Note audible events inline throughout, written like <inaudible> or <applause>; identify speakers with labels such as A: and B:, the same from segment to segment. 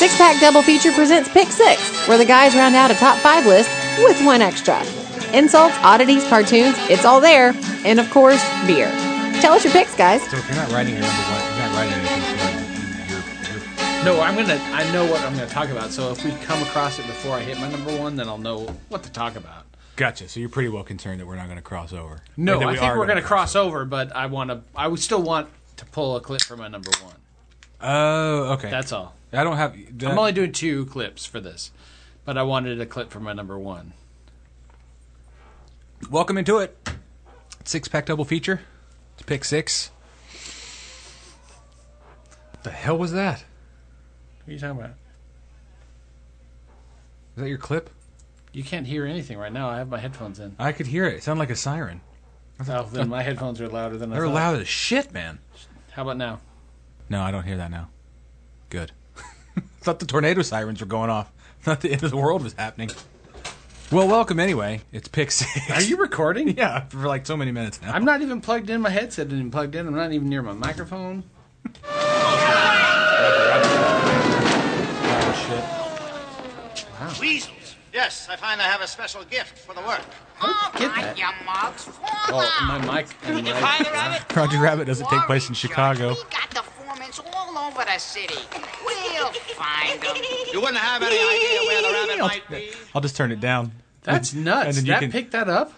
A: Six Pack Double Feature presents Pick Six, where the guys round out a top five list with one extra. Insults, oddities, cartoons, it's all there. And of course, beer. Tell us your picks, guys.
B: So if you're not writing your number one, you're not writing anything. So you're, you're,
C: No, I'm gonna. I know what I'm gonna talk about. So if we come across it before I hit my number one, then I'll know what to talk about.
B: gotcha. So you're pretty well concerned that we're not going to cross over. Or
C: No,
B: that
C: I
B: we
C: think
B: are
C: we're
B: gonna
C: gonna cross over, but I want to. I would still want to pull a clip for my number one.
B: Oh, okay.
C: That's all.
B: I don't have. uh,
C: I'm only doing two clips for this, but I wanted a clip for my number one.
B: Welcome into it. Six pack double feature. It's pick six. The hell was that?
C: What are you talking about?
B: Is that your clip?
C: You can't hear anything right now. I have my headphones in.
B: I could hear it. It sounded like a siren.
C: <laughs> Oh, then my headphones are louder than I
B: They're
C: thought.
B: loud as shit, man.
C: How about now?
B: No, I don't hear that now. Good. <laughs> Thought the tornado sirens were going off. Thought the end of the world was happening. Well, welcome anyway. It's pick six.
C: Are you recording?
B: <laughs> Yeah, for like so many minutes now.
C: I'm not even plugged in. My headset isn't even plugged in. I'm not even near my microphone.
D: Weasels. Yes, I find I have a special gift for the work.
C: Get that.
E: You mugs.
C: Oh, my mic. And
E: You
C: my,
E: find the rabbit?
B: Roger Rabbit doesn't take place in
E: Worry, Judge.
B: Chicago.
E: We got the foremans all over the city. We'll find them.
D: You wouldn't have any idea where the rabbit might be.
B: I'll just turn it down.
C: that's nuts.
B: then you
C: that
B: can-
C: picked that up?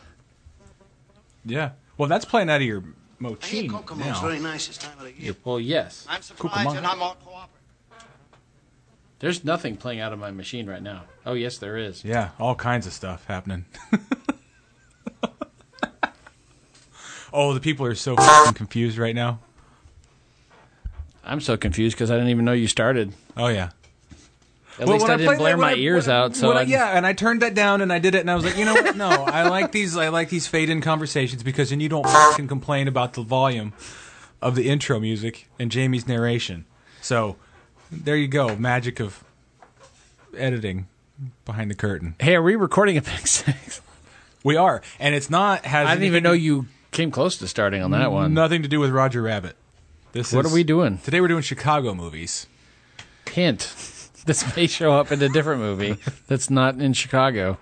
B: Yeah. Well, that's playing out of your
D: I hear
B: mochin
D: Kokomo's
B: now.
D: very nice this time of the year.
C: Well, yes.
D: I'm
B: Kokomo.
D: surprised you're not more cooperative.
C: There's nothing playing out of my machine right now. Oh, yes, there is.
B: Yeah, all kinds of stuff happening. <laughs> oh, the people are so fing confused right now.
C: I'm so confused because I didn't even know you started.
B: Oh yeah.
C: At least I, didn't blare my ears out. So I just-
B: yeah, and I turned that down and I did it, and I was like, you know what? No,
C: <laughs>
B: I like these. I like these fade in conversations because then you don't fucking complain about the volume of the intro music and Jamie's narration. So there you go, magic of editing behind the curtain.
C: Hey, are we recording a pick six?
B: We are, and it's not has
C: I didn't
B: anything-
C: even know you came close to starting on that one.
B: nothing to do with Roger Rabbit. This
C: What
B: is-
C: are we doing?
B: Today we're doing Chicago movies.
C: Hint. <laughs> This may show up in a different movie that's not in Chicago.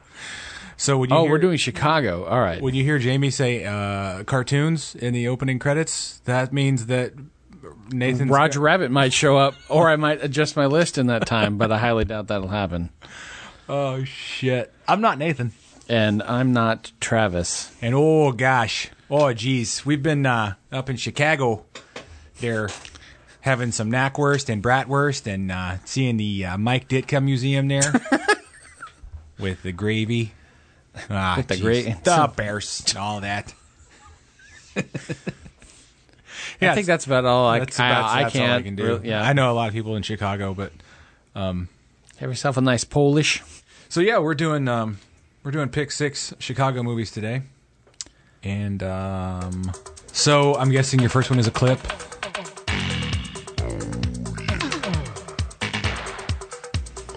B: So when you
C: Oh,
B: hear,
C: we're doing Chicago. All right.
B: when you hear Jamie say uh, cartoons in the opening credits, that means that Nathan's
C: Roger Rabbit might show up, or I might adjust my list in that time, but I highly doubt that'll happen.
B: Oh shit! I'm not Nathan.
C: And I'm not Travis.
B: And oh gosh, oh geez, we've been uh, up in Chicago. They're having some knackwurst and bratwurst, and uh, seeing the uh, Mike Ditka Museum
C: <laughs>
B: there with the gravy. Ah,
C: With the
B: geez.
C: gra-
B: the bears, and all that. <laughs> yeah,
C: I think that's about all I,
B: that's
C: I-
B: about-
C: I
B: that's
C: can't.
B: all I can do.
C: really- yeah,
B: I know a lot of people in Chicago, but
C: Have yourself a nice Polish.
B: So yeah, we're doing um, we're doing pick six Chicago movies today, and um, so I'm guessing your first one is a clip.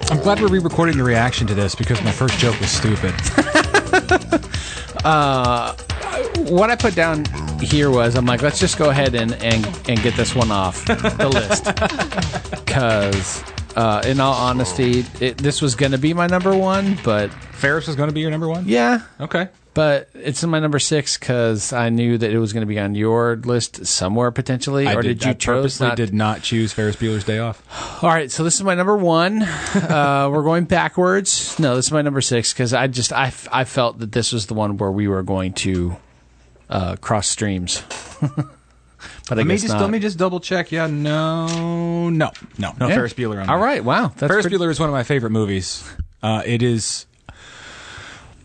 B: I'm glad we're re-recording the reaction to this because my first joke was
C: <laughs>
B: stupid.
C: What I put down here was I'm like, let's just go ahead and and, and get this one off the
B: <laughs>
C: list because. Uh, in all honesty, it, this was going to be my number one, but
B: Ferris was going to be your number one.
C: yeah,
B: Okay.
C: But it's in my number six because I knew that it was going to be on your list somewhere potentially. or did, you
B: I
C: chose
B: purposely
C: not?
B: did not choose Ferris Bueller's Day Off.
C: All right, so this is my number
B: <laughs>
C: one. uh, we're going backwards. No, this is my number six because I just I, f- I felt that this was the one where we were going to uh, cross streams. <laughs> but I
B: Let me
C: guess
B: just
C: not.
B: let me just double check. Yeah, no, no, no, no.
C: Yeah.
B: Ferris Bueller. On
C: All
B: there.
C: right, wow, that's
B: Ferris
C: pretty-
B: Bueller is one of my favorite movies. Uh, it is,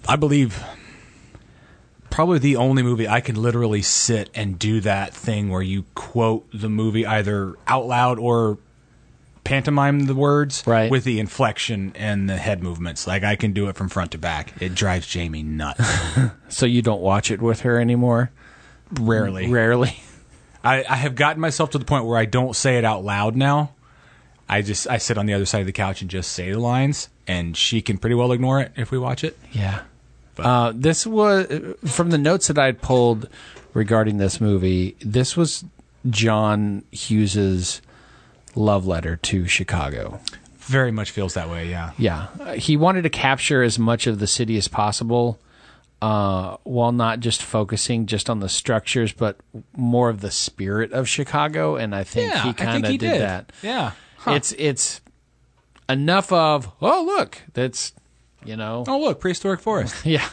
B: I believe, probably the only movie I can literally sit and do that thing where you quote the movie either out loud or pantomime the words
C: Right.
B: with the inflection and the head movements. Like I can do it from front to back. It drives Jamie
C: <laughs>
B: nuts.
C: So you don't watch it with her anymore?
B: Rarely, <laughs>
C: Rarely. <laughs>
B: I, I have gotten myself to the point where I don't say it out loud now. I just I sit on the other side of the couch and just say the lines, and she can pretty well ignore it if we watch it.
C: Yeah. Uh, this was from the notes that I had pulled regarding this movie. This was John Hughes's love letter to Chicago.
B: very much feels that way. Yeah.
C: Yeah, Uh, he wanted to capture as much of the city as possible, uh, while not just focusing just on the structures, but more of the spirit of Chicago. And I think
B: Yeah,
C: he
B: I think
C: kind of
B: he
C: did,
B: did.
C: that.
B: Yeah.
C: It's it's enough of oh look that's you know
B: Oh look, prehistoric forest.
C: <laughs> yeah.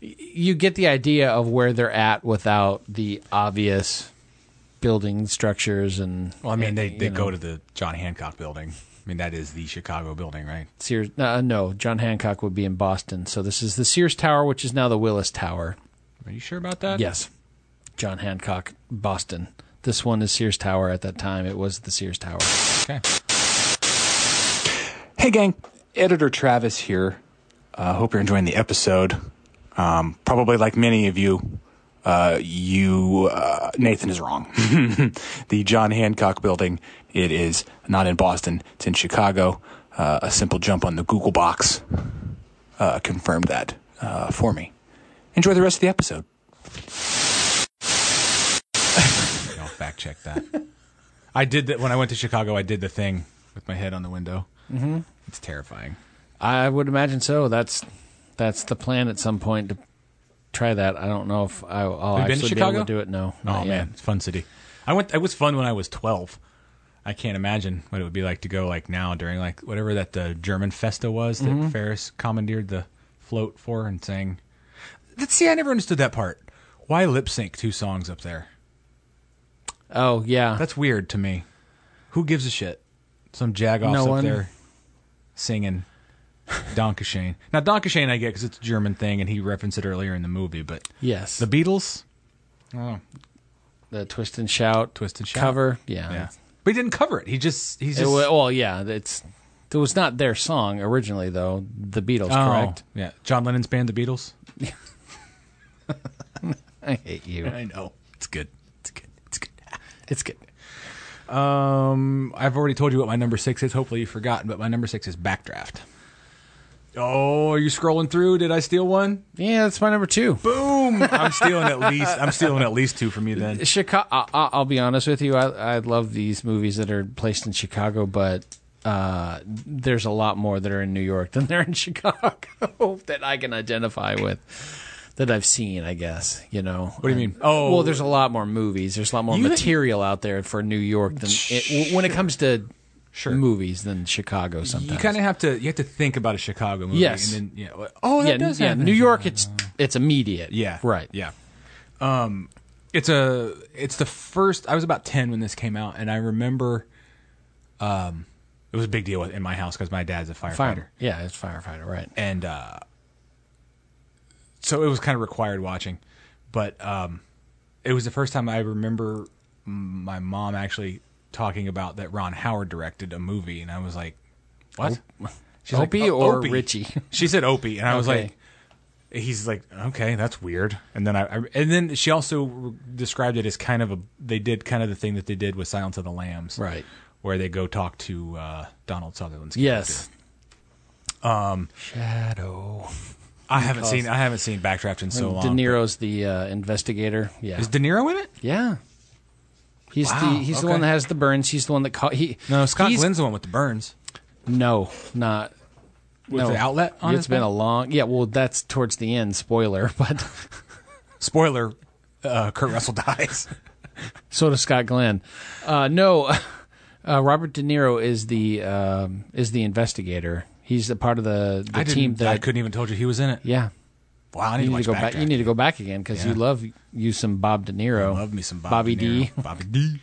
C: You get the idea of where they're at without the obvious building structures and
B: Well, I mean, they,
C: you
B: they
C: know.
B: go to the John Hancock building. I mean, that is the Chicago building, right?
C: Sears. Uh, no, John Hancock would be in Boston. So this is the Sears Tower, which is now the Willis Tower.
B: Are you sure about that?
C: Yes, John Hancock, Boston. This one is Sears Tower. At that time, it was the Sears Tower.
B: Okay.
F: Hey, gang. Editor Travis here. Uh, hope you're enjoying the episode. Um, probably like many of you, uh, you uh, Nathan is wrong. <laughs> the John Hancock Building. It is not in Boston. It's in Chicago. Uh, a simple jump on the Google box uh, confirmed that uh, for me. Enjoy the rest of the episode.
B: I'll fact check that. I did that when I went to Chicago. I did the thing with my head on the window. Mm-hmm. It's terrifying.
C: I would imagine so. That's that's the plan at some point to try that. I don't know if I, I'll
B: Have you been to
C: actually be able to
B: Chicago?
C: do it. No.
B: Oh
C: not yet.
B: man, it's a fun city. I went. It was fun when I was twelve. I can't imagine what it would be like to go like now during like whatever that uh, German Festa was that
C: Mm-hmm.
B: Ferris commandeered the float for and sang. Let's see, I never understood that part. Why lip sync two songs up there?
C: Oh yeah.
B: That's weird to me. Who gives a shit? Some jagoffs
C: No
B: up
C: one.
B: there singing Donkashane. Now Donkashane I get because it's a German thing and he referenced it earlier in the movie, but
C: yes.
B: the
C: The,
B: Beatles
C: twist and shout.
B: twist and shout
C: cover. Yeah.
B: Yeah, but he didn't cover it. oh, He just he's
C: It
B: just
C: wa- well, yeah. It's it was not their song originally though. The Beatles,
B: Oh,
C: correct?
B: Yeah, John Lennon's band, The Beatles.
C: I hate you.
B: I know it's good. It's good. It's good.
C: It's good.
B: Um, I've already told you what my number six is. Hopefully, you've forgotten, but my number six is Backdraft. Oh, are you scrolling through? Did I steal one?
C: Yeah, that's my number two.
B: Boom! I'm stealing at least. I'm stealing at least two from you then.
C: Chicago. I, I- I'll be honest with you. I, I love these movies that are placed in Chicago, but uh, there's a lot more that are in New York than there are in <laughs> Chicago that I can identify with that I've seen. I guess you know. What
B: do you mean? Oh.
C: well, there's a lot more movies. There's a lot more
B: You-
C: material out there for New York than it, when it comes to
B: Sure.
C: movies than Chicago. Sometimes
B: You kind of have to. You have to think about a Chicago movie.
C: Yes.
B: And then, yeah. well, Oh,
C: yeah,
B: that does
C: yeah.
B: happen.
C: New York, it's it's immediate.
B: Yeah.
C: right.
B: Yeah. Um, it's a it's the first. I was about ten when this came out, and I remember, um, it was a big deal in my house because my dad's a firefighter,
C: Fire. Yeah, it's firefighter. Right.
B: and uh, so it was kind of required watching. But um, it was the first time I remember m- my mom actually talking about that Ron Howard directed a movie, and I was like, "What?" <laughs> She's like,
C: Opie
B: "Oh,
C: or Richie?
B: <laughs> She said Opie, and I was
C: Okay.
B: like he's like, okay, that's weird. And then I, I and then she also re- described it as kind of a they did kind of the thing that they did with Silence of the Lambs,
C: Right.
B: Where they go talk to uh, Donald Sutherland's character.
C: Yes. Um. Shadow.
B: I haven't seen I haven't seen Backdraft in so long.
C: De Niro's the uh, investigator. Yeah,
B: Is De Niro in it?
C: yeah. He's
B: Wow,
C: the he's the
B: okay.
C: one that has the burns. He's the one that caught he.
B: No, Scott
C: he's-
B: Glynn's the one with the burns
C: No, not.
B: with
C: no.
B: the outlet. on
C: It's
B: his
C: been
B: back?
C: a long. Yeah, well, that's towards the end. Spoiler, <laughs> but
B: spoiler. Uh, Kurt Russell <laughs> dies.
C: so does Scott Glenn. Uh, no, <laughs> uh, Robert De Niro is the um, is the investigator. He's a part of the, the
B: I didn't,
C: team that
B: I couldn't even told you he was in it.
C: Yeah,
B: Wow, I need
C: you
B: to
C: need
B: watch
C: to go back. You
B: Backdraft.
C: need to go back again because you
B: Yeah.
C: love you some Bob De Niro.
B: Love me some Bob
C: Bobby
B: De Niro.
C: D.
B: Bobby D.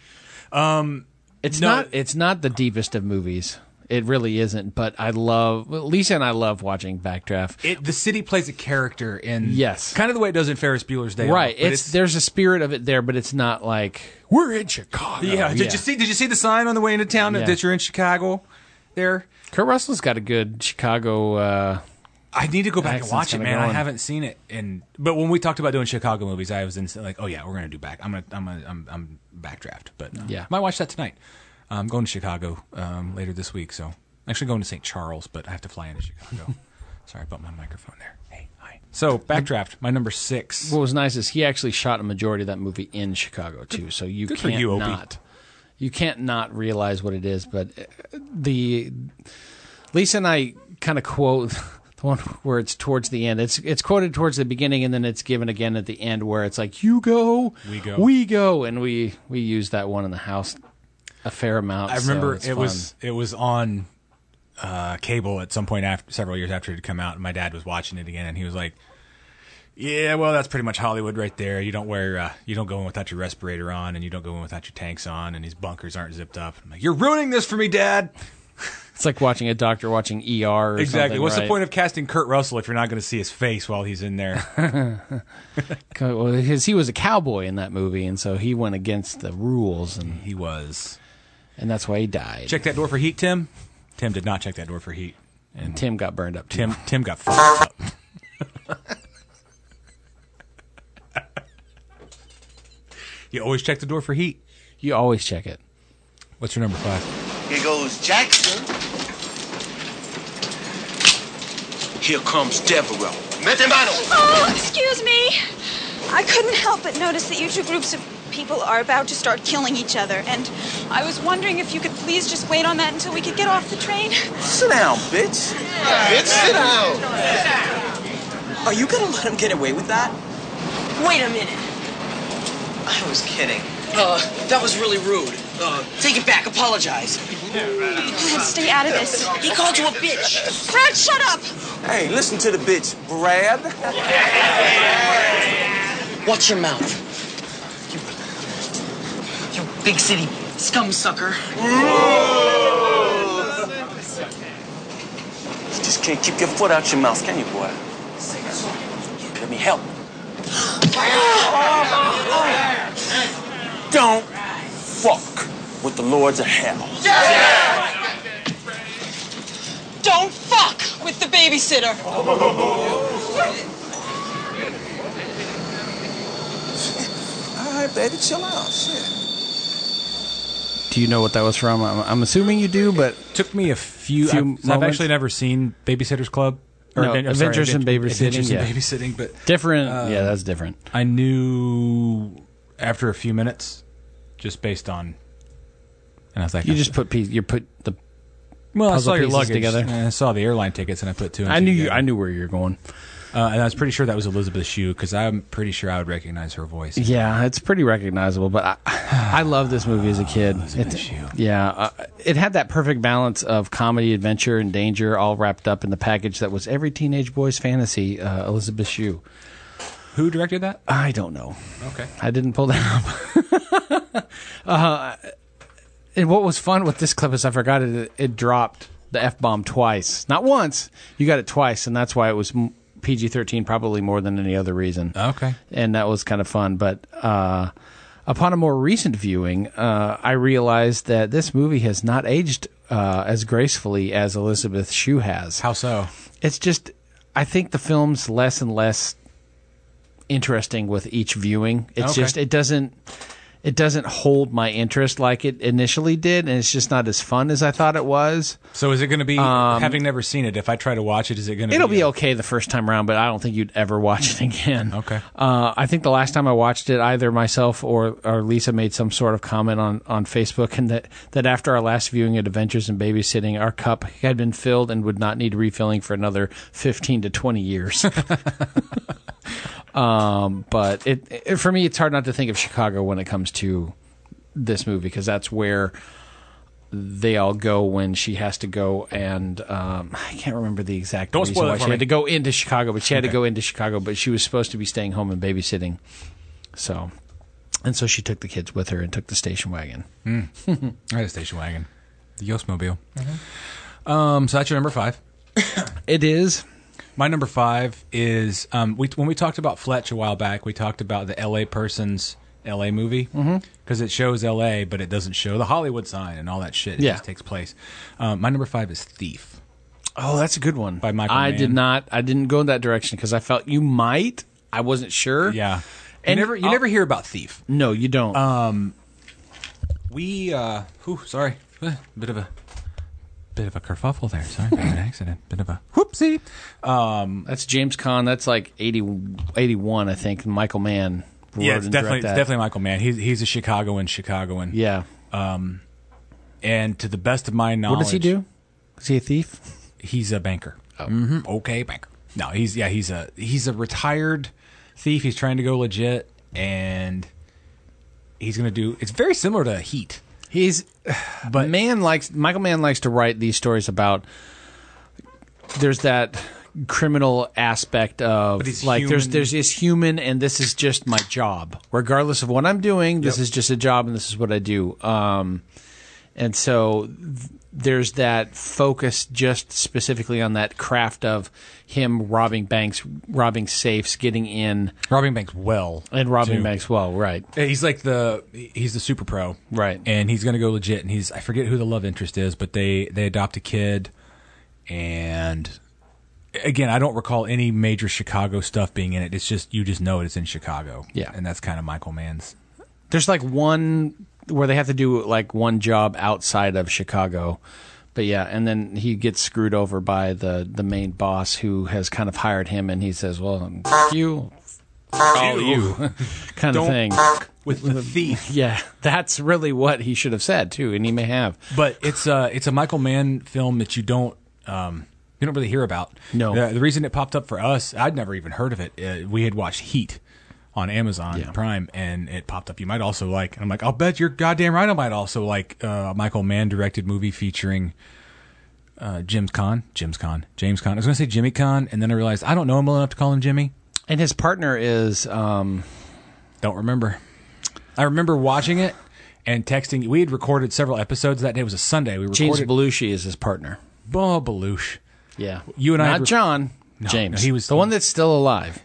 C: It's
B: No.
C: not. It's not the deepest of movies. It really isn't. But I love well, Lisa and I love watching Backdraft.
B: It, the city plays a character in
C: Yes.
B: kind of the way it does in Ferris Bueller's Day. Off,
C: right.
B: but
C: It's, there's a spirit of it there, but it's not like we're in Chicago.
B: Oh, Yeah. Did you see? Did you see the sign on the way into town
C: Yeah.
B: that you're in Chicago? There.
C: Kurt Russell's got a good Chicago. Uh,
B: I need to go back and
C: Accent's
B: watch it,
C: kinda
B: man. I
C: going.
B: haven't seen it, and but when we talked about doing Chicago movies, I was instantly like, oh yeah, we're gonna do back. I'm gonna, I'm gonna, I'm, I'm backdraft, but uh,
C: Yeah.
B: might watch that tonight. I'm going to Chicago um, later this week, so actually going to St. Charles, but I have to fly into
C: <laughs>
B: Chicago. Sorry about my microphone there. Hey, hi. So backdraft, my number six.
C: what was nice is he actually shot a majority of that movie in Chicago too. So you
B: Good for
C: can't
B: you, Opie.
C: not. You can't not realize what it is, but uh, the Lisa and I kind of quote <laughs> the one where it's towards the end. It's it's quoted towards the beginning and then it's given again at the end where it's like you go,
B: We go.
C: we go, and we we use that one in the house a fair amount.
B: I
C: so
B: remember
C: it's
B: it
C: fun.
B: was it was on uh, cable at some point after several years after it had come out, and my dad was watching it again, and he was like, "Yeah, well, that's pretty much Hollywood right there. You don't wear uh, you don't go in without your respirator on, and you don't go in without your tanks on, and these bunkers aren't zipped up." I'm like, "You're ruining this for me, Dad."
C: it's like watching a doctor watching ER. Or
B: Exactly.
C: something,
B: What's the
C: right?
B: point of casting Kurt Russell if you're not going to see his face while he's in
C: <laughs>
B: there?
C: Co- Well, his, he was a cowboy in that movie, and so he went against the rules, and,
B: he was.
C: and that's why he died.
B: Check that door for heat, Tim. Tim did not check that door for heat.
C: and Tim got burned up too.
B: Tim Tim got fucked up. <laughs> you always check the door for heat.
C: You always check it.
B: What's your number five?
G: Here goes Jackson. Here comes Devereaux. Metemano!
H: Oh, excuse me. I couldn't help but notice that you two groups of people are about to start killing each other, and I was wondering if you could please just wait on that until we could get off the train.
G: Sit down, bitch.
I: Bitch, sit down.
G: Are you gonna let him get away with that?
H: Wait a minute.
G: I was kidding. Uh, that was really rude. Uh, take it back. Apologize.
H: Stay out of this.
G: He called you a bitch.
H: Brad, shut up!
I: Hey, listen to the bitch, Brad.
G: Watch your mouth. You, you big city scum sucker.
I: You just can't keep your foot out your mouth, can you, boy? Let me help. Don't fuck with the lords of hell.
H: Don't fuck with the babysitter.
I: All right, baby, chill out. Shit.
C: Do you know what that was from? I'm, I'm assuming you do, but
B: Took me a few.
C: Few um,
B: I've- I've
C: moments.
B: actually never seen Babysitter's Club.
C: No,
B: Aven- I'm
C: Adventures in
B: Aven-
C: Babysitting,
B: Adventures in
C: yeah.
B: babysitting, but
C: different. yeah, that's different.
B: I knew after a few minutes, just based on. And I was like,
C: You just put piece, you put the.
B: well, I
C: puzzle
B: saw your
C: pieces
B: luggage
C: together.
B: and I saw the airline tickets, and I put two. And
C: I
B: two
C: knew you.
B: together.
C: I knew where you were going.
B: uh, and I was pretty sure that was Elizabeth Shue because I'm pretty sure I would recognize her voice.
C: Yeah, it's pretty recognizable. But I, I <sighs> love this movie as a <sighs> kid. It,
B: Shue.
C: yeah, uh, it had that perfect balance of comedy, adventure, and danger, all wrapped up in the package that was every teenage boy's fantasy. Uh, Elizabeth Shue.
B: Who directed that?
C: I don't know.
B: Okay.
C: I didn't pull <laughs> that up. uh, and what was fun with this clip is I forgot it. It dropped the f bomb twice, not once. You got it twice, and that's why it was PG thirteen, probably more than any other reason.
B: Okay.
C: and that was kind of fun. But uh, upon a more recent viewing, uh, I realized that this movie has not aged uh, as gracefully as Elizabeth Shue has
B: How so?
C: it's just I think the film's less and less interesting with each viewing. It's
B: Okay.
C: just it doesn't it doesn't hold my interest like it initially did, and it's just not as fun as I thought it was.
B: So is it going to be having never seen it? If I try to watch it, is it going to?
C: Um, It'll be
B: a-
C: okay the first time around, but I don't think you'd ever watch it <laughs> again.
B: Okay.
C: Uh, I think the last time I watched it, either myself or, or Lisa made some sort of comment on, on Facebook, and that, that after our last viewing at Adventures in Babysitting, our cup had been filled and would not need refilling for another 15 to
B: <laughs>
C: 20 years. <laughs> um, but it, it for me, it's hard not to think of Chicago when it comes to this movie because that's where they all go when she has to go and um, <sighs> I can't remember the exact
B: Don't
C: reason
B: spoil it
C: why
B: for
C: she
B: me.
C: had to go into Chicago, but she had to go into Chicago, but she was supposed to be staying home and babysitting. So, and so she took the kids with her and took the station wagon.
B: I had a station wagon, the Yostmobile.
C: Mm-hmm.
B: Um, so that's your number five.
C: It is
B: My number five is um, we when we talked about Fletch a while back, we talked about the L.A. person's L.A. movie
C: Mm-hmm.
B: because it shows L.A. but it doesn't show the Hollywood sign and all that shit. It
C: Yeah.
B: just takes place. Um, my number five is Thief.
C: Oh, that's a good one
B: By Michael
C: I
B: Mann.
C: did not. I didn't go in that direction because I felt you might. I wasn't sure.
B: Yeah, you
C: And
B: never you
C: I'll-
B: never hear Um, about Thief.
C: No, you don't.
B: We, uh, whew, sorry, Eh, bit of a, bit of a kerfuffle there. Sorry, bit of an accident, bit of a whoopsie.
C: that's James Caan. That's like 80, 81, I think. Michael Mann. Wrote
B: Yeah, it's definitely,
C: and directed
B: it's
C: that.
B: definitely Michael Mann. He's he's a Chicagoan, Chicagoan.
C: Yeah.
B: And to the best of my knowledge,
C: What does he do? Oh. Is he a thief?
B: He's a banker. Mm-hmm. Okay, banker. No, he's yeah, he's a he's a retired thief. He's trying to go legit, and he's gonna do. It's very similar to Heat.
C: <sighs> He's but man likes Michael Mann likes to write these stories about there's that criminal aspect of
B: he's
C: like there's
B: human.
C: there's this human and this is just my job regardless of what I'm doing this
B: Yep.
C: is just a job and this is what I do um and so th- there's that focus just specifically on that craft of him robbing banks robbing safes getting in
B: Robbing banks well
C: and robbing
B: too.
C: banks well right
B: Yeah, He's like the he's the super pro,
C: Right.
B: And he's gonna go legit. And he's I forget who the love interest is, but they they adopt a kid. And again, I don't recall any major Chicago stuff being in it. It's just you just know it is in Chicago.
C: Yeah.
B: and that's kind of Michael Mann's.
C: There's like one where they have to do like one job outside of Chicago. But yeah, and then he gets screwed over by the the main boss who has kind of hired him and he says, "Well, f- you
B: Oh, you
C: kind of thing."
B: <laughs> with the thief.
C: Yeah, that's really what he should have said too, and he may have.
B: But it's a it's a Michael Mann film that you don't um, you don't really hear about.
C: No.
B: the, the reason it popped up for us, I'd never even heard of it. Uh, we had watched Heat on Amazon
C: Yeah.
B: Prime, and it popped up. You might also like. And I'm like, I'll bet you're goddamn right. I might also like uh, a Michael Mann directed movie featuring. Uh, Jim's Con, Jim's Con, James Con. I was gonna say Jimmy Con, and then I realized I don't know him well enough to call him Jimmy.
C: And his partner is um
B: Don't remember. I remember watching it and texting. We had recorded several episodes that day. It was a Sunday. We
C: James
B: recorded.
C: Belushi is his partner.
B: Bob Belushi.
C: Yeah.
B: You and I
C: not
B: were-
C: John, James.
B: no, he was-
C: the one that's still alive.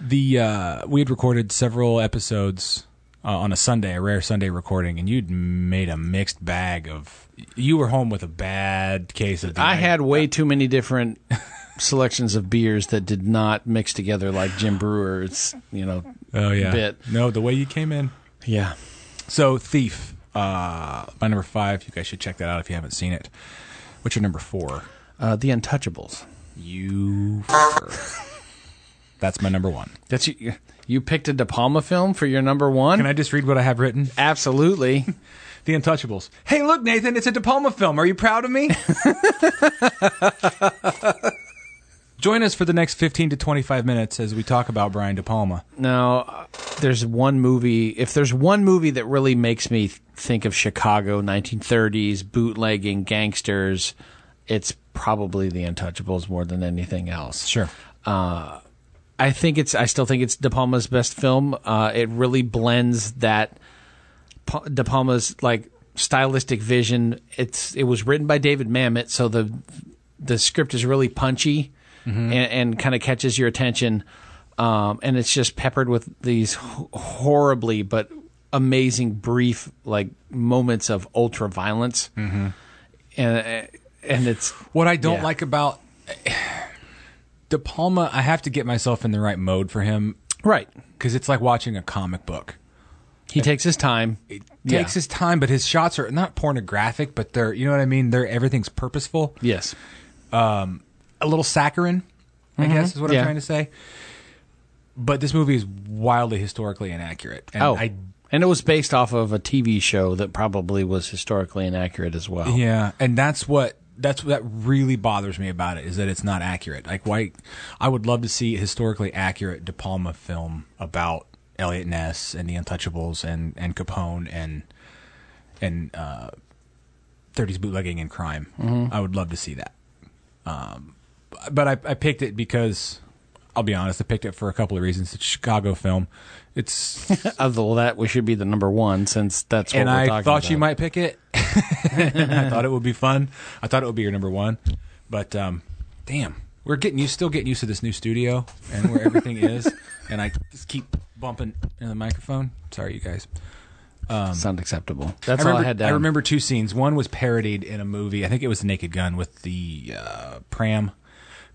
B: the uh, we had recorded several episodes uh, on a Sunday, a rare Sunday recording, and you'd made a mixed bag of. You were home with a bad case of. the-
C: I had way too many different selections of beers that did not mix together like Jim Brewer's, you know.
B: Oh yeah.
C: bit.
B: No, the way you came in.
C: Yeah.
B: So thief, uh, my number five. You guys should check that out if you haven't seen it. What's your number four?
C: Uh, the Untouchables.
B: You. fucker. That's my number one.
C: That's you. You picked a De Palma film for your number one.
B: Can I just read what I have written?
C: Absolutely.
B: The Untouchables. Hey, look, Nathan, it's a De Palma film. Are you proud of me?
C: <laughs>
B: Join us for the next 15 to 25 minutes as we talk about Brian De Palma.
C: no, uh, there's one movie. If there's one movie that really makes me th- think of Chicago, 1930s bootlegging gangsters, it's probably The Untouchables more than anything else. I think it's. I still think it's De Palma's best film. Uh, it really blends that Pa- De Palma's like stylistic vision. It's. It was written by David Mamet, so the the script is really punchy and, and kind of catches your attention. Um, and it's just peppered with these ho- horribly but amazing brief like moments of ultra violence. Mm-hmm. And and it's
B: What I don't
C: Yeah.
B: like about <sighs> De Palma, I have to get myself in the right mode for him
C: right.
B: because it's like watching a comic book.
C: He takes his time.
B: It
C: Yeah.
B: takes his time, but his shots are not pornographic, but they're, you know what I mean? They're everything's purposeful.
C: Yes.
B: a little saccharine, I guess is what
C: Mm-hmm. Yeah.
B: I'm trying to say. But this movie is wildly historically inaccurate. And
C: oh,
B: I,
C: and it was based off of a TV show that probably was historically inaccurate as well. <laughs>
B: yeah, and that's what that's what that really bothers me about it is that it's not accurate. Like why I would love to see a historically accurate De Palma film about Elliot Ness and the Untouchables and and Capone and and uh 30s bootlegging and crime. I would love to see that. Um, but I, I picked it because I'll be honest, I picked it for a couple of reasons. It's a Chicago film. It's
C: Although that we should be the number one since that's what
B: and
C: we're
B: I
C: talking
B: thought you
C: about.
B: might pick it. <laughs> I thought it would be fun. I thought it would be your number one. But um, damn, we're getting you still getting used to this new studio and where
C: <laughs>
B: everything is. And I just keep bumping in the microphone. Sorry, you guys.
C: sound acceptable. That's
B: I remember,
C: all I had. Down.
B: remember two scenes. One was parodied in a movie. I think it was The Naked Gun with the uh, pram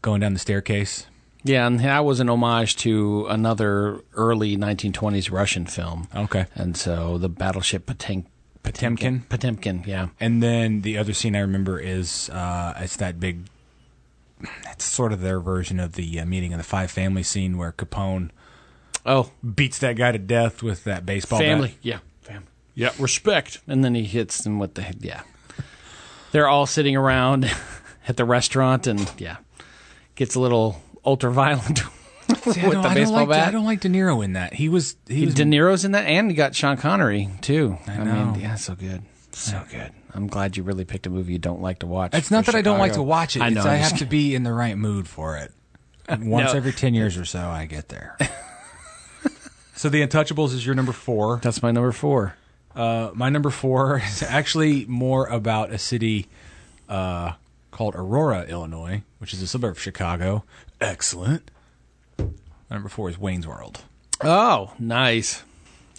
B: going down the staircase.
C: Yeah, and that was an homage to another early 1920s Russian film.
B: Okay.
C: and so the battleship Potem-
B: Oh. Potemkin.
C: Potemkin, yeah,
B: And then the other scene I remember is uh, it's that big. It's sort of their version of the uh, meeting of the five family scene where Capone
C: oh,
B: beats that guy to death with that baseball
C: family,
B: bat.
C: yeah, family. Yeah, respect. And then he hits them with the yeah. They're all sitting around <laughs> at the restaurant, and yeah, gets a little ultra violent <laughs> with
B: I don't-
C: the
B: I don't
C: baseball
B: like-
C: bat.
B: I don't like De Niro in that. He was he was
C: De Niro's in that, and you got Sean Connery too. I,
B: know.
C: mean, yeah, so good, so good. I'm glad you really picked a movie you don't like to watch.
B: It's not
C: for
B: that I don't like to
C: Chicago.
B: watch it.
C: I know.
B: it's I
C: I'm
B: have
C: just
B: to be in the right mood for it. Once
C: <laughs> No.
B: every 10 years or so, I get
C: <laughs>
B: there. so The Untouchables is your number four.
C: <laughs> That's my number four.
B: Uh, my number four <laughs> is actually more about a city uh, called Aurora, Illinois, which is a suburb of Chicago. Excellent. My number four is Wayne's World.
C: Oh, nice.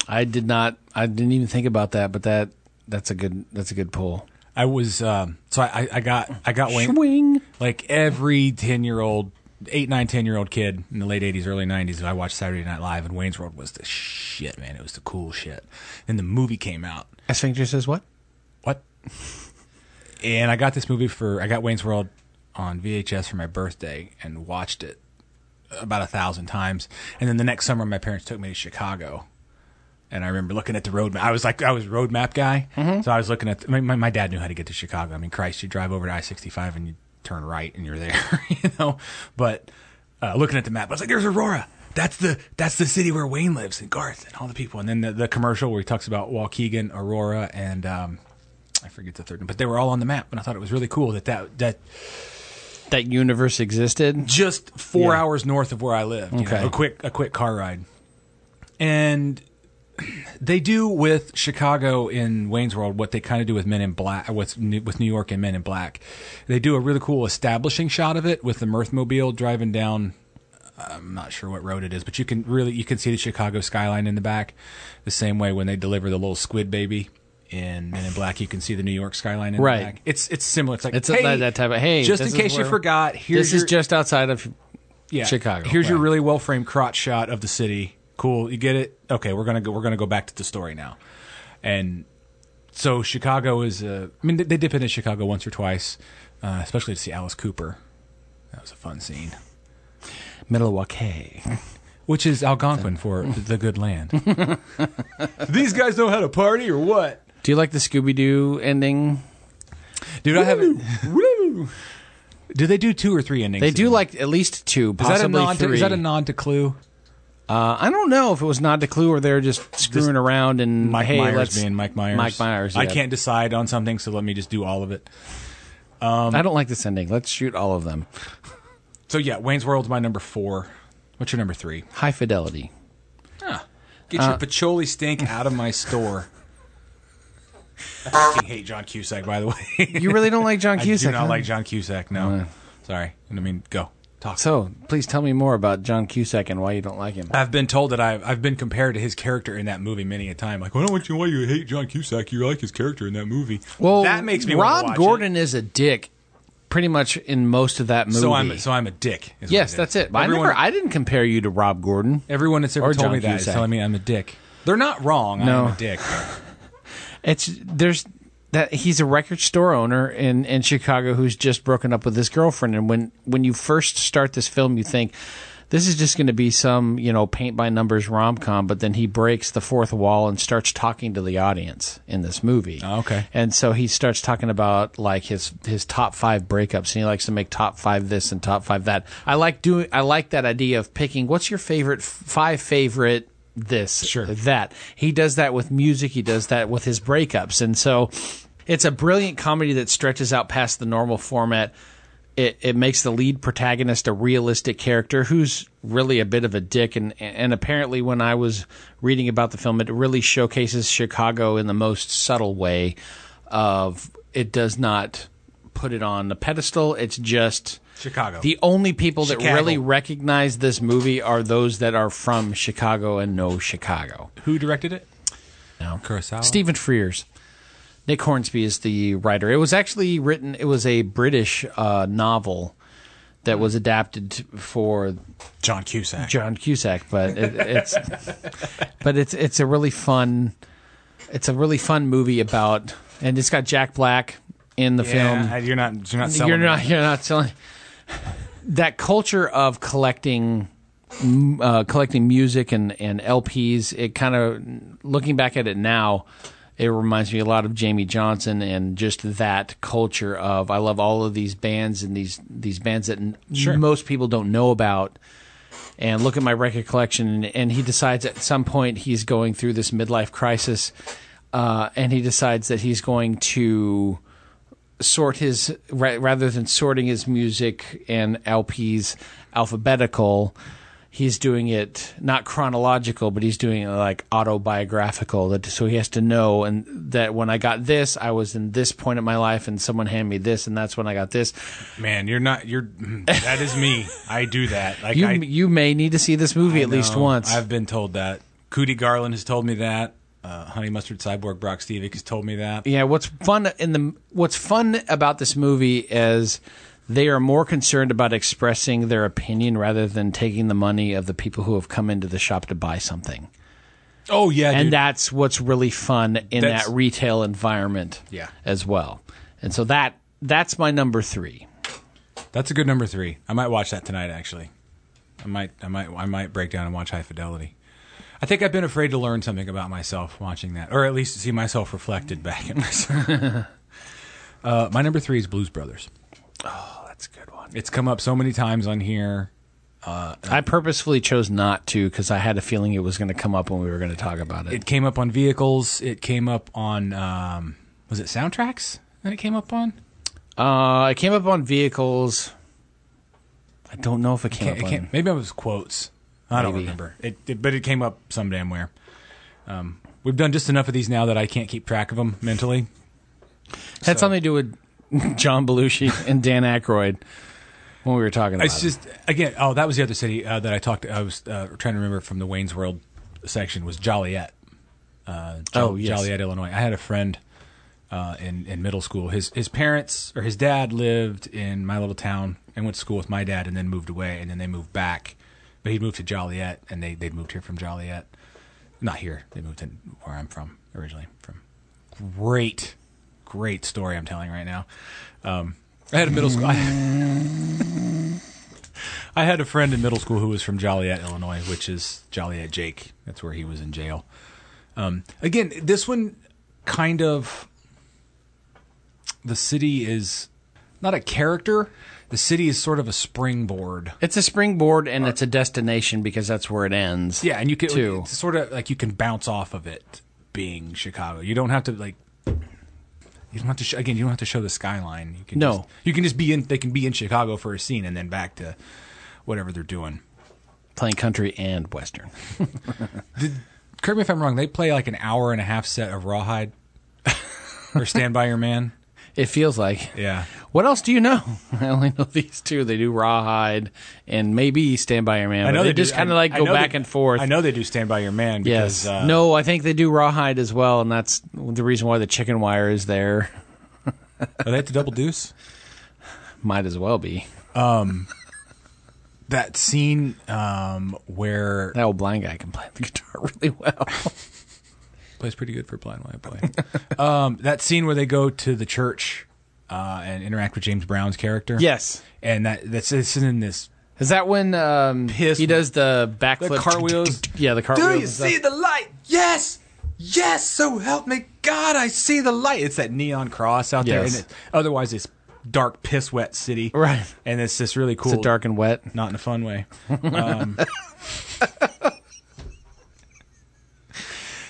C: I did not. I didn't even think about that, but that that's a good that's a good pull.
B: I was um, so I, I- I got I got Wayne
C: Swing.
B: like every 10 year old 8 9 10 year old kid in the late 80s early 90s i watched saturday night live and wayne's world was the shit man it was the cool shit and the movie came out
C: I think just says what?
B: what and i got this movie for i got wayne's world on vhs for my birthday and watched it about a thousand times and then the next summer my parents took me to chicago and I remember looking at the road map. I was like, I was road map guy. So I was looking at, my, my, my dad knew how to get to Chicago. I mean, Christ, you drive over to I 65 and you turn right and you're there, <laughs> you know? But uh, looking at the map, I was like, there's Aurora. That's the that's the city where Wayne lives and Garth and all the people. And then the, the commercial where he talks about Waukegan, Aurora, and um, I forget the third one, but they were all on the map. And I thought it was really cool that that, that
C: That universe existed.
B: just four
C: Yeah.
B: hours north of where I lived. you
C: Okay.
B: know, a quick a quick car ride, and they do with Chicago in Wayne's World what they kind of do with Men in Black, what's New- with New York and Men in Black. They do a really cool establishing shot of it with the Mirthmobile driving down. I'm not sure what road it is, but you can really you can see the Chicago skyline in the back. The same way when they deliver the little squid baby in Men in Black, you can see the New York skyline in
C: Right.
B: the back. It's it's similar. It's like
C: It's
B: hey,
C: that, that type of hey.
B: Just in
C: this is
B: case you
C: where-
B: forgot, here's
C: this is
B: your-
C: just outside of
B: yeah.
C: Chicago.
B: Here's your
C: Right.
B: really well framed crotch shot of the city. Cool, you get it. Okay, we're gonna go, we're gonna go back to the story now, and so Chicago is. Uh, I mean, they, they dip into Chicago once or twice, uh, especially to see Alice Cooper. That was a fun scene,
C: Milwaukee.
B: which is Algonquin for the good land. <laughs> These guys know how to party or what?
C: Do you like the Scooby Doo ending?
B: Dude, I haven't. do they do two or three endings?
C: They do like at least two,
B: Is that a
C: possibly
B: nod? To,
C: three.
B: is that a nod to Clue?
C: uh, I don't know if it was nod to Clue or they're just screwing around and
B: Mike
C: hey,
B: Myers
C: let's-
B: being Mike Myers.
C: Mike Myers.
B: I
C: yeah.
B: can't decide on something, so let me just do all of it.
C: Um, I don't like this ending. Let's shoot all of them.
B: So yeah, Wayne's World's my number four. What's your number three?
C: High fidelity.
B: Get
C: Uh,
B: your patchouli stink out of my
C: <laughs>
B: store. I fucking hate John Cusack, by the way.
C: You really don't like John
B: <laughs> I
C: Cusack.
B: do not
C: huh? Uh.
B: like John Cusack. No, sorry. I mean, go talk.
C: So please tell me more about John Cusack and why you don't like him.
B: I've been told that I've I've been compared to his character in that movie many a time. Like, well, I don't want you why you hate John Cusack. You like his character in that movie.
C: Well,
B: that makes me wanna
C: Rod
B: watch
C: Gordon
B: It.
C: is a dick, pretty much in most of that movie.
B: So I'm so I'm a dick. is what it
C: yes,
B: is.
C: that's it. But I
B: Everyone-
C: never. I didn't compare you to Rob Gordon.
B: Everyone that's ever
C: Or
B: told
C: John
B: me that is
C: Cusack.
B: telling me I'm a dick. They're not wrong.
C: No.
B: I'm a dick.
C: It's there's that he's a record store owner in in Chicago who's just broken up with his girlfriend, and when when you first start this film, you think. This is just going to be some, you know, paint by numbers rom com, but then he breaks the fourth wall and starts talking to the audience in this movie.
B: Oh, okay.
C: And so he starts talking about like his his top five breakups, and he likes to make top five this and top five that. I like doing. I like that idea of picking. What's your favorite f- five favorite this
B: Sure.
C: that? He does that with music. He does that with his breakups, and so it's a brilliant comedy that stretches out past the normal format. It, it makes the lead protagonist a realistic character who's really a bit of a dick and and apparently when I was reading about the film it really showcases Chicago in the most subtle way of it does not put it on the pedestal. It's just
B: Chicago.
C: The only people that
B: Chicago.
C: really recognize this movie are those that are from Chicago and know Chicago.
B: Who directed it?
C: No.
B: Kurosawa.
C: Stephen Frears. Nick Hornsby is the writer. It was actually written. It was a British uh, novel that was adapted for
B: John Cusack.
C: John Cusack, but it, it's <laughs> but it's it's a really fun it's a really fun movie about and it's got Jack Black in the film.
B: I- You're not. You're not selling.
C: You're
B: it.
C: not. You're not selling that culture of collecting, mm, uh, collecting music and and LPs. It kind of looking back at it now, It reminds me a lot of Jamie Johnson and just that culture of I love all of these bands and these these bands that n- most people don't know about. And look at my record collection, and, and he decides at some point he's going through this midlife crisis, uh, and he decides that he's going to sort his ra- rather than sorting his music and LPs alphabetical. He's doing it not chronological, but he's doing it like autobiographical. That so he has to know and that when I got this, I was in this point of my life, and someone handed me this, and that's when I got this.
B: Man, you're not. You're. mm, That is me. I do that. Like
C: You
B: I,
C: you may need to see this movie at least
B: No,
C: once.
B: I've been told that. Cootie Garland has told me that. Uh, Honey Mustard Cyborg Brock Stevick has told me that.
C: Yeah, what's fun in the what's fun about this movie is they are more concerned about expressing their opinion rather than taking the money of the people who have come into the shop to buy something.
B: Oh yeah,
C: And
B: dude.
C: that's what's really fun in
B: That's-
C: that retail environment
B: Yeah.
C: as well. And so that that's my number 3.
B: that's a good number three. I might watch that tonight. Actually, I might. I might. I might break down and watch High Fidelity. I think I've been afraid to learn something about myself watching that, or at least to see myself reflected back at myself. <laughs> uh, my number three is Blues Brothers.
C: Oh, that's a good one.
B: It's come up so many times on here.
C: I purposefully chose not to cuz I had a feeling it was going to come up when we were going to talk about it.
B: It came up on vehicles. It came up on um, was it soundtracks? That it came up on.
C: uh, it came up on vehicles. I don't know if it came
B: Can't-
C: up
B: it
C: on
B: can't- maybe it was quotes. I don't
C: Maybe.
B: remember. It, it- but it came up some damn where. Um, we've done just enough of these now that I can't keep track of them mentally.
C: Had something to do with <laughs> John Belushi and Dan Aykroyd when we were talking about
B: It's just again. Oh, that was the other city uh, that I talked. I was uh, trying to remember from the Wayne's World section was Joliet. Uh, Jo-
C: Oh, yes.
B: Joliet, Illinois. I had a friend uh, in in middle school. His his parents or his dad lived in my little town and went to school with my dad, and then moved away, and then they moved back. But he moved to Joliet, and they they moved here from Joliet. Not here. They moved to where I'm from originally. From great, great story I'm telling right now. Um, I had a middle school. <laughs> I had a friend in middle school who was from Joliet, Illinois, which is Joliet Jake. That's where he was in jail. Um, again, this one kind of the city is not a character. The city is sort of a springboard.
C: it. It's a springboard and it's a destination because that's where it ends.
B: Yeah, and you can
C: too.
B: it's sort of like you can bounce off of it being Chicago. You don't have to like you don't have to sh- again. You don't have to show the skyline. You can
C: No.
B: just, you can just be in. They can be in Chicago for a scene and then back to whatever they're doing.
C: Playing country and western.
B: correct me if I'm wrong. They play like an hour and a half set of Rawhide or Stand by Your Man.
C: It feels like.
B: Yeah,
C: What else do you know? <laughs> I only know these two. They do Rawhide and maybe Stand by Your Man. but they,
B: do-
C: just kind
B: I-
C: of like
B: I
C: go
B: know they-
C: back and forth.
B: I know they do Stand by Your Man. Because,
C: Yes.
B: Uh,
C: no, I think they do Rawhide as well, and that's the reason why the chicken wire is there.
B: are oh, they at the Double Deuce?
C: Might as well be
B: That scene um, where
C: that old blind guy can play the <laughs> guitar really well.
B: plays pretty good for blind white boy. <laughs> um, that scene where they go to the church uh, and interact with James Brown's character.
C: yes.
B: and that that's it's in this.
C: Is that when um,
B: His-
C: he does the backflip?
B: The cartwheels?
C: <laughs> Yeah, the cartwheels. and stuff.
B: the light? Yes. Yes, so help me God, I see the light. It's that neon cross out there.
C: Yes.
B: And it, otherwise, it's dark, piss wet city.
C: Right.
B: And it's this really cool.
C: Is it dark and wet?
B: Not in a fun way. Um,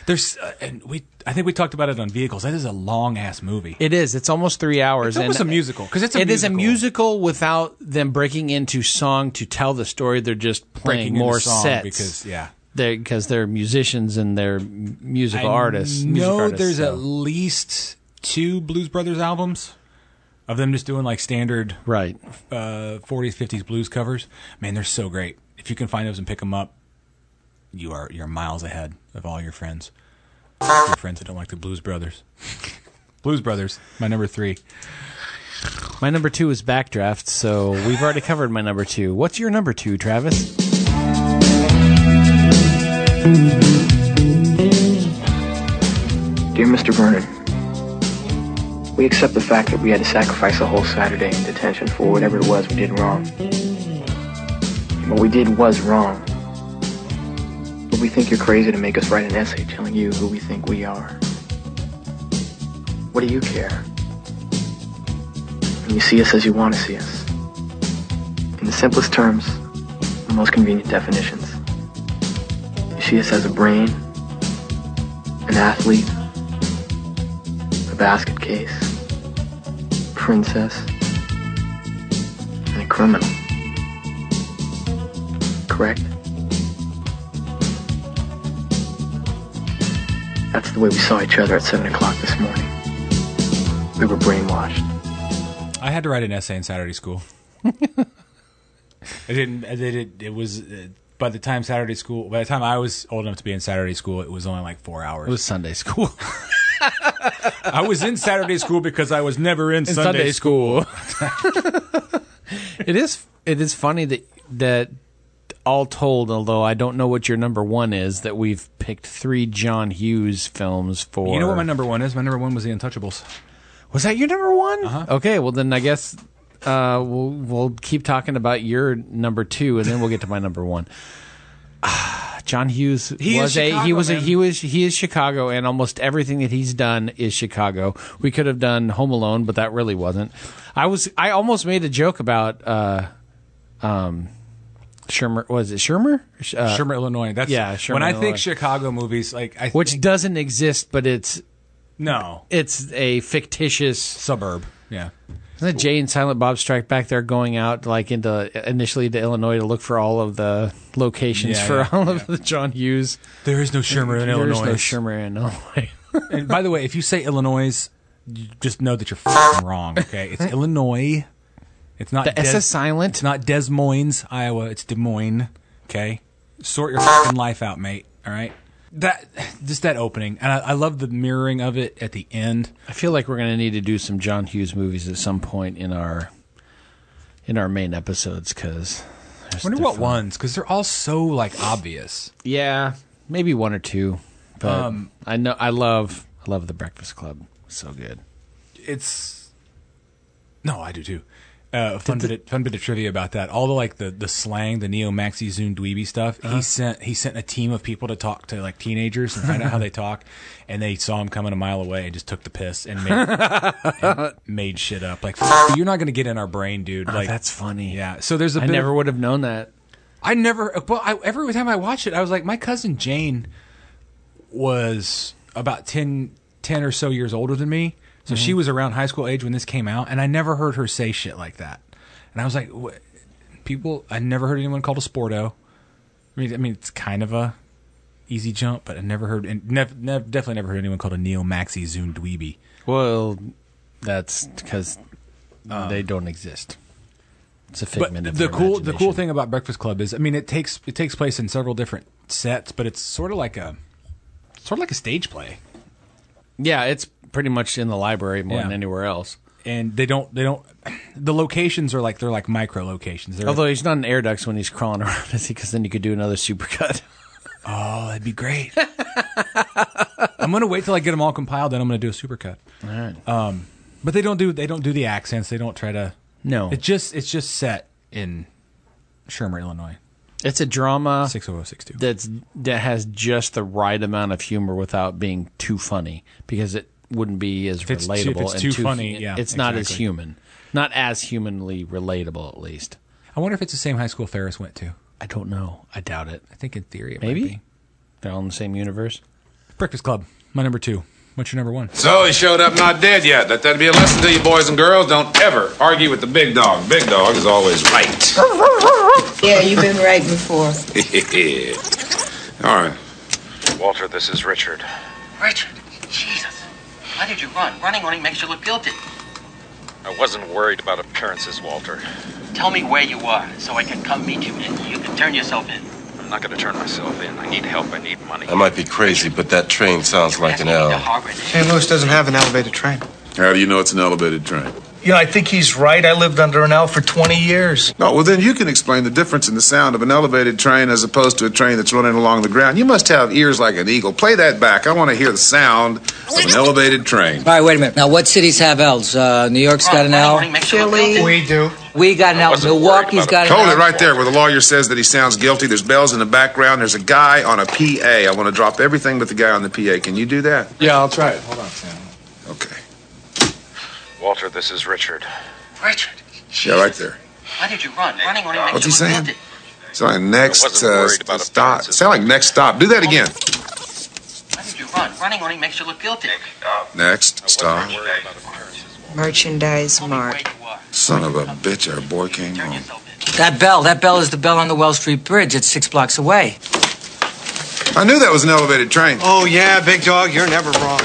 B: there's, uh, and we, I think we talked about it on vehicles. That is a long ass movie.
C: It is. It's almost three
B: It's
C: hours.
B: almost a
C: and
B: musical, 'cause it's a
C: it is a
B: musical.
C: musical without them breaking into song to tell the story. They're just playing
B: Breaking into
C: more
B: song
C: sets
B: because yeah,
C: they're because they're musicians and they're m- musical artists. music
B: No,
C: artists,
B: there's
C: so.
B: at least two Blues Brothers albums of them just doing like standard
C: right.
B: uh, 40s, 50s blues covers. Man, they're so great. If you can find those and pick them up, you are you're miles ahead of all your friends. Your friends that don't like the Blues Brothers. <laughs> blues Brothers, my number three.
C: My number two is Backdraft, so we've already covered my number two. What's your number two, Travis?
J: Dear Mr. Vernon, we accept the fact that we had to sacrifice a whole Saturday in detention for whatever it was we did wrong. And what we did was wrong. But we think you're crazy to make us write an essay telling you who we think we are. What do you care? And you see us as you want to see us. In the simplest terms, the most convenient definitions. You see us as a brain, an athlete, a basket case, princess, and a criminal. Correct? That's the way we saw each other at 7 o'clock this morning. We were brainwashed.
B: I had to write an essay in Saturday school. I didn't. I did it. It was uh, by the time Saturday school. By the time I was old enough to be in Saturday school, it was only like four hours.
C: It
B: <laughs>
C: was Sunday school. <laughs>
B: I was in Saturday school because I was never in, Sunday, school.
C: <laughs> it is it is funny that that all told, although I don't know what your number one is, that we've picked three John Hughes films for.
B: You know what my number one is? My number one was The Untouchables.
C: was that your number one? Uh-huh. Okay, well then I guess uh, we'll we'll keep talking about your number two, and then we'll get to my number one. <sighs> Ah, John Hughes
B: He is
C: was a he
B: Chicago,
C: was a
B: man.
C: he was he is Chicago, and almost everything that he's done is Chicago. We could have done Home Alone, but that really wasn't. I was I almost made a joke about uh, um, Shermer was it Shermer? Uh,
B: Sherman, Illinois. That's
C: yeah,
B: When
C: Sherman,
B: I
C: Illinois.
B: think Chicago movies, like I
C: which
B: think,
C: doesn't exist, but it's
B: no
C: it's a fictitious
B: suburb. Yeah,
C: Isn't it Jay and Silent Bob Strike back there going out like into initially to Illinois to look for all of the locations
B: Yeah,
C: for
B: yeah,
C: all of the John Hughes?
B: there is no Sherman in
C: There's
B: Illinois.
C: no Shermer in Illinois.
B: and by the way, if you say Illinois, you just know that you're f wrong. Okay, it's Illinois. It's not
C: The S
B: Des-
C: is silent.
B: It's not Des Moines, Iowa. It's Des Moines. Okay, sort your fucking life out, mate. All right. That just that opening, and I, I love the mirroring of it at the end.
C: <laughs> I feel like we're going to need to do some John Hughes movies at some point in our in our main episodes because
B: I wonder what ones because they're all so like obvious.
C: Yeah, Um, maybe one or two. But I know I love I love the Breakfast Club. So good.
B: it's no, I do too. Uh, fun bit, of, fun bit of trivia about that. All the like the, the slang, the neo maxi zoom dweeby stuff.
C: Uh-huh.
B: He sent he sent a team of people to talk to like teenagers and find out how
C: <laughs>
B: they talk, and they saw him coming a mile away and just took the piss and made
C: <laughs>
B: and made shit up. Like "F- you're not gonna get in our brain, dude. Like
C: Oh, that's funny.
B: Yeah. So there's a
C: I
B: bit of-
C: never would have known that.
B: I never. Well, I, every time I watch it, I was like, my cousin Jane was about 10, 10 or so years older than me, so she was around high school age when this came out, and I never heard her say shit like that. And I was like, what? people, I never heard anyone called a sporto. I mean, I mean, it's kind of a easy jump, but I never heard, and nev, nev, definitely never heard anyone called a neo maxi zoom dweeby.
C: Well, that's because they don't exist. It's a figment
B: but
C: of
B: the
C: their
B: cool the cool
C: imagination.
B: thing about Breakfast Club is I mean it takes it takes place in several different sets, but it's sort of like a sort of like a stage play.
C: Yeah, it's pretty much in the library more than
B: Yeah.
C: anywhere else.
B: And they don't they don't <sighs> the locations are like they're like micro locations. They're,
C: Although he's not an air ducts when he's crawling <laughs> around, is he? Because then you could do another supercut. <laughs>
B: oh, that'd be great. <laughs> I'm gonna wait till I get them all compiled, then I'm gonna do a supercut. Um,
C: All right.
B: But they don't do they don't do the accents. They don't try to.
C: no,
B: It just it's just set in Shermer, Illinois,
C: it's a drama
B: six zero six two.
C: that's that has just the right amount of humor without being too funny, because it wouldn't be as
B: it's too-
C: relatable.
B: if it's
C: and
B: too funny, yeah,
C: it's not as
B: exactly.
C: human, not as humanly relatable. At least
B: I wonder if it's the same high school Ferris went to.
C: I don't know. I doubt it.
B: I think in theory it
C: Maybe
B: might be.
C: they're all in the same universe.
B: Breakfast Club, my number two. What's your number one?
K: So he showed up not dead yet. Let that be a lesson to you boys and girls. Don't ever argue with the big dog. Big dog is always right.
L: Yeah, you've been right before.
K: <laughs> All right. Walter, this is Richard.
G: Richard, Jesus. Why did you run? Running only makes you look guilty.
K: I wasn't worried about appearances, Walter.
G: Tell me where you are so I can come meet you and you can turn yourself in.
K: I'm not going to turn myself in. I need help. I need money.
M: I might be crazy, but that train sounds like an
G: The
M: L.
G: harbor.
N: St. Louis doesn't have an elevated train.
M: How do you know it's an elevated train?
N: You know, I think he's right. I lived under an L for 20 years.
K: No, well, then you can explain the difference in the sound of an elevated train as opposed to a train that's running along the ground. You must have ears like an eagle. Play that back. I want to hear the sound of an elevated train.
O: All right, wait a minute. Now, what cities have L's? Uh, New
G: Oh,
O: York's got an L.
G: Chili.
N: We do.
O: We got an L. Milwaukee's got an
K: Hold
O: L.
K: it right there where the lawyer says that he sounds guilty. There's bells in the background. There's a guy on a PA. I want to drop everything but the guy on the PA. Can you do that?
N: Yeah, I'll try it. Hold on.
K: Okay.
P: Walter, this is Richard.
G: Richard,
K: Yeah, right there.
G: why did you run? Running only makes
K: What's he
G: someone
K: saying?
G: guilty.
K: It's like next
P: wasn't
K: uh,
P: worried about
K: stop. Sound like next stop. Do that again.
G: Why did you run? Running only makes you look guilty.
P: uh,
K: Next stop.
L: Merchandise Mart.
K: Son of a bitch, our boy came home.
O: That bell, that bell is the bell on the Wells Street Bridge. It's six blocks away.
K: I knew that was an elevated train.
Q: Oh, yeah, big dog, you're never wrong.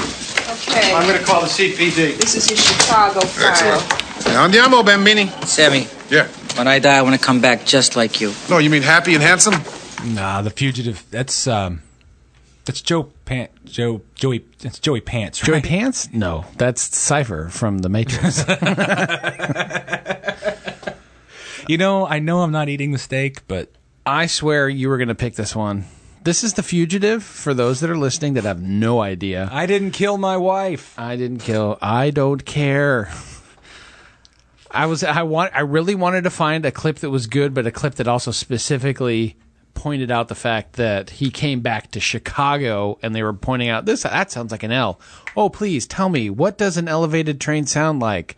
L: Okay.
Q: I'm going to call the CPD.
L: This is your Chicago file.
K: Andiamo, bambini.
O: Sammy.
K: Yeah.
O: When I die, I want to come back just like you.
K: No, Oh, you mean happy and handsome?
B: Nah, the fugitive. That's um, that's Joe Pant. Joe Joey. That's Joey Pants. Right?
C: Joey Pants? No, that's Cipher from The Matrix.
B: you know, I know I'm not eating the steak, but
C: <laughs> I swear you were going to pick this one. This is The Fugitive for those that are listening that have no idea.
B: I didn't kill my wife.
C: I didn't kill. I don't care. I was I want I really wanted to find a clip that was good but a clip that also specifically pointed out the fact that he came back to Chicago and they were pointing out this that sounds like an L. Oh, please tell me what does an elevated train sound like?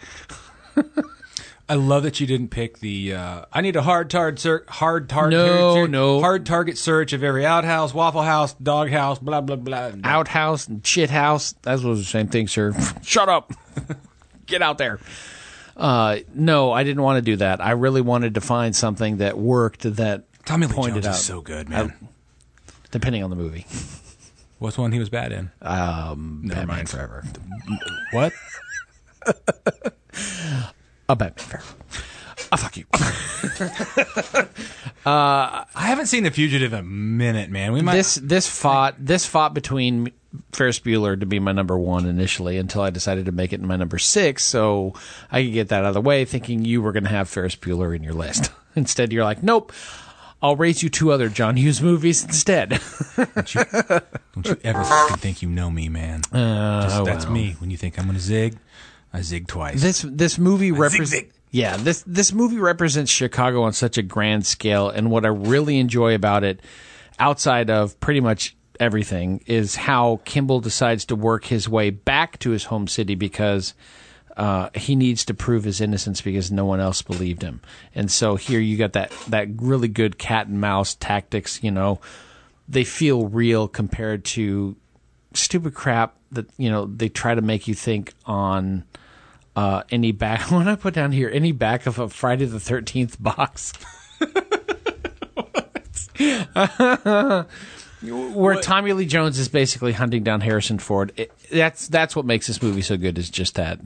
B: I love that you didn't pick the. Uh, I need a hard target search. Hard target.
C: No,
B: no. Hard target search of every outhouse, waffle house, dog house, blah blah blah.
C: outhouse and shit house. That was the same thing, sir. <laughs> Shut up. Get out there. Uh, no, I didn't want to do that. I really wanted to find something that worked that
B: Tommy Lee
C: pointed
B: Jones
C: out.
B: is so good, man.
C: I- depending on the movie.
B: What's one he was bad in?
C: Um,
B: Never
C: Batman
B: mind.
C: Forever.
B: What?
C: <laughs> A Batman Forever. Ah,
B: <laughs>
C: fuck you.
B: Uh, I haven't seen The Fugitive in a minute, man. We might.
C: this this fought this fought between Ferris Bueller to be my number one initially until I decided to make it my number six, so I could get that out of the way, thinking you were going to have Ferris Bueller in your list. <laughs> Instead, you're like, nope. I'll raise you two other John Hughes movies instead. <laughs>
B: Don't you ever fucking think you know me, man.
C: Uh,
B: Just- that's
C: well.
B: me. When you think I'm gonna zig, I zig twice.
C: this this movie
B: zig.
C: represents yeah this this movie represents Chicago on such a grand scale, and what I really enjoy about it, outside of pretty much everything, is how Kimball decides to work his way back to his home city because. Uh, he needs to prove his innocence because no one else believed him, and so here you got that that really good cat and mouse tactics. You know, they feel real compared to stupid crap that you know they try to make you think on uh, any back <laughs> when I put down here any back of a Friday the Thirteenth box. <laughs> Where Tommy Lee Jones is basically hunting down Harrison Ford. It, that's that's what makes this movie so good is just that.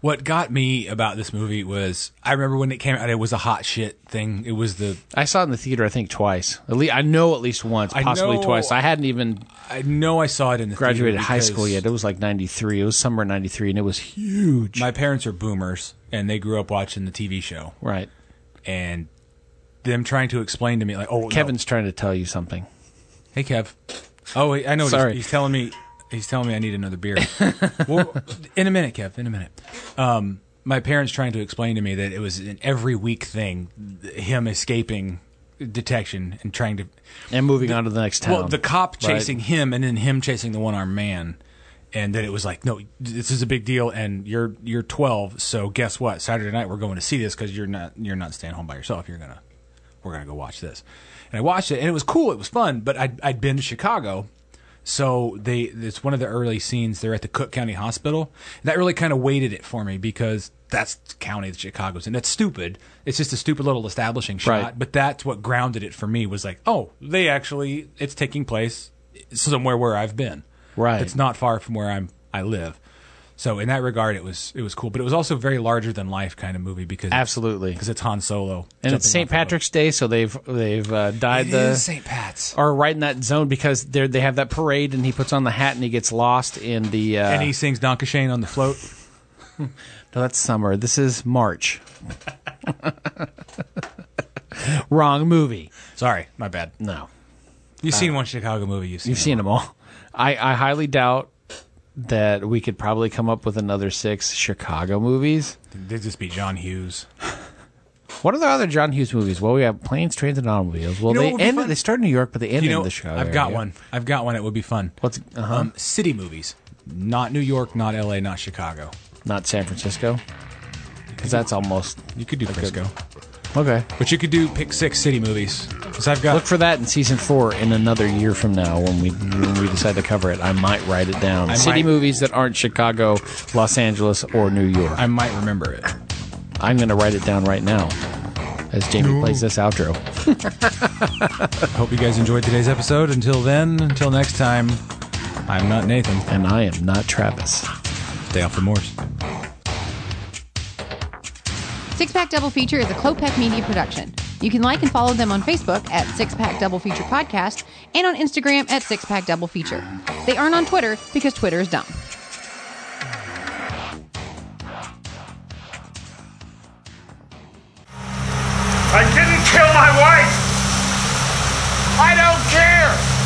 B: What got me about this movie was I remember when it came out, it was a hot shit thing. It was the
C: I saw it in the theater I think twice. At least I know at least once,
B: I
C: possibly
B: know-
C: twice. I hadn't even
B: I know I saw it in the
C: graduated
B: theater
C: high school
B: because
C: yet. It was like 93. It was summer 93 and it was huge.
B: My parents are boomers and they grew up watching the TV show
C: Right.
B: and them trying to explain to me like, oh, no.
C: Kevin's trying to tell you something.
B: hey Kev, oh, wait, I know. what
C: Sorry.
B: He's, he's telling me he's telling me I need another beer. well, in a minute, Kev. In a minute. Um, my parents trying to explain to me that it was an every week thing, th- him escaping detection and trying to
C: And moving on to the next town.
B: Well, the cop
C: Right.
B: chasing him, and then him chasing the one-armed man, and then it was like, no, this is a big deal, and you're you're 12, so guess what? Saturday night we're going to see this because you're not you're not staying home by yourself. You're gonna we're gonna go watch this, and I watched it, and it was cool, it was fun, but I'd I'd been to Chicago. So they, it's one of the early scenes. They're at the Cook County Hospital. That really kind of weighted it for me because that's the county that Chicago's in. That's stupid. It's just a stupid little establishing shot.
C: Right.
B: But that's what grounded it for me was like, oh, they actually, it's taking place somewhere where I've been.
C: Right.
B: It's not far from where I'm, I live. So in that regard, it was it was cool, but it was also a very larger than life kind of movie because
C: Absolutely.
B: because it's Han Solo
C: and it's St. Patrick's Day, so they've they've uh, dyed
B: It
C: the
B: is St. Pat's.
C: are right in that zone because they they have that parade, and he puts on the hat and he gets lost in the. Uh,
B: and he sings Don Shane on the float.
C: no, that's summer. This is March. <laughs> Wrong movie.
B: Sorry, my bad.
C: No,
B: You've seen one Chicago movie. You've seen
C: Uh, you've
B: it.
C: seen them all. I, I highly doubt that we could probably come up with another six Chicago movies.
B: They'd just be John Hughes.
C: What are the other John Hughes movies? Well, we have Planes, Trains, and Automobiles. Well,
B: You know what would
C: they
B: be
C: end.
B: fun?
C: They start in New York, but they end
B: you know,
C: in the Chicago.
B: I've got
C: area.
B: one. I've got one. It would be fun.
C: What's uh huh?
B: Um, city movies, not New York, not L.A., not Chicago.
C: not San Francisco, because that's almost
B: you could do Frisco.
C: okay.
B: But you could do pick six city movies. Because I've got
C: look for that in season four in another year from now when we when we decide to cover it. I might write it down.
B: I
C: City
B: might-
C: movies that aren't Chicago, Los Angeles, or New York. I
B: might remember it.
C: I'm going to write it down right now as Jamie
B: No.
C: plays this outro.
B: Hope you guys enjoyed today's episode. Until then, until next time, I'm not Nathan.
C: And I am not Travis.
B: Stay off the moors.
A: Six Pack Double Feature is a Clopec Media production. You can like and follow them on Facebook at Six Pack Double Feature Podcast and on Instagram at Six Pack Double Feature. They aren't on Twitter because Twitter is dumb.
P: I didn't kill my wife. I don't care.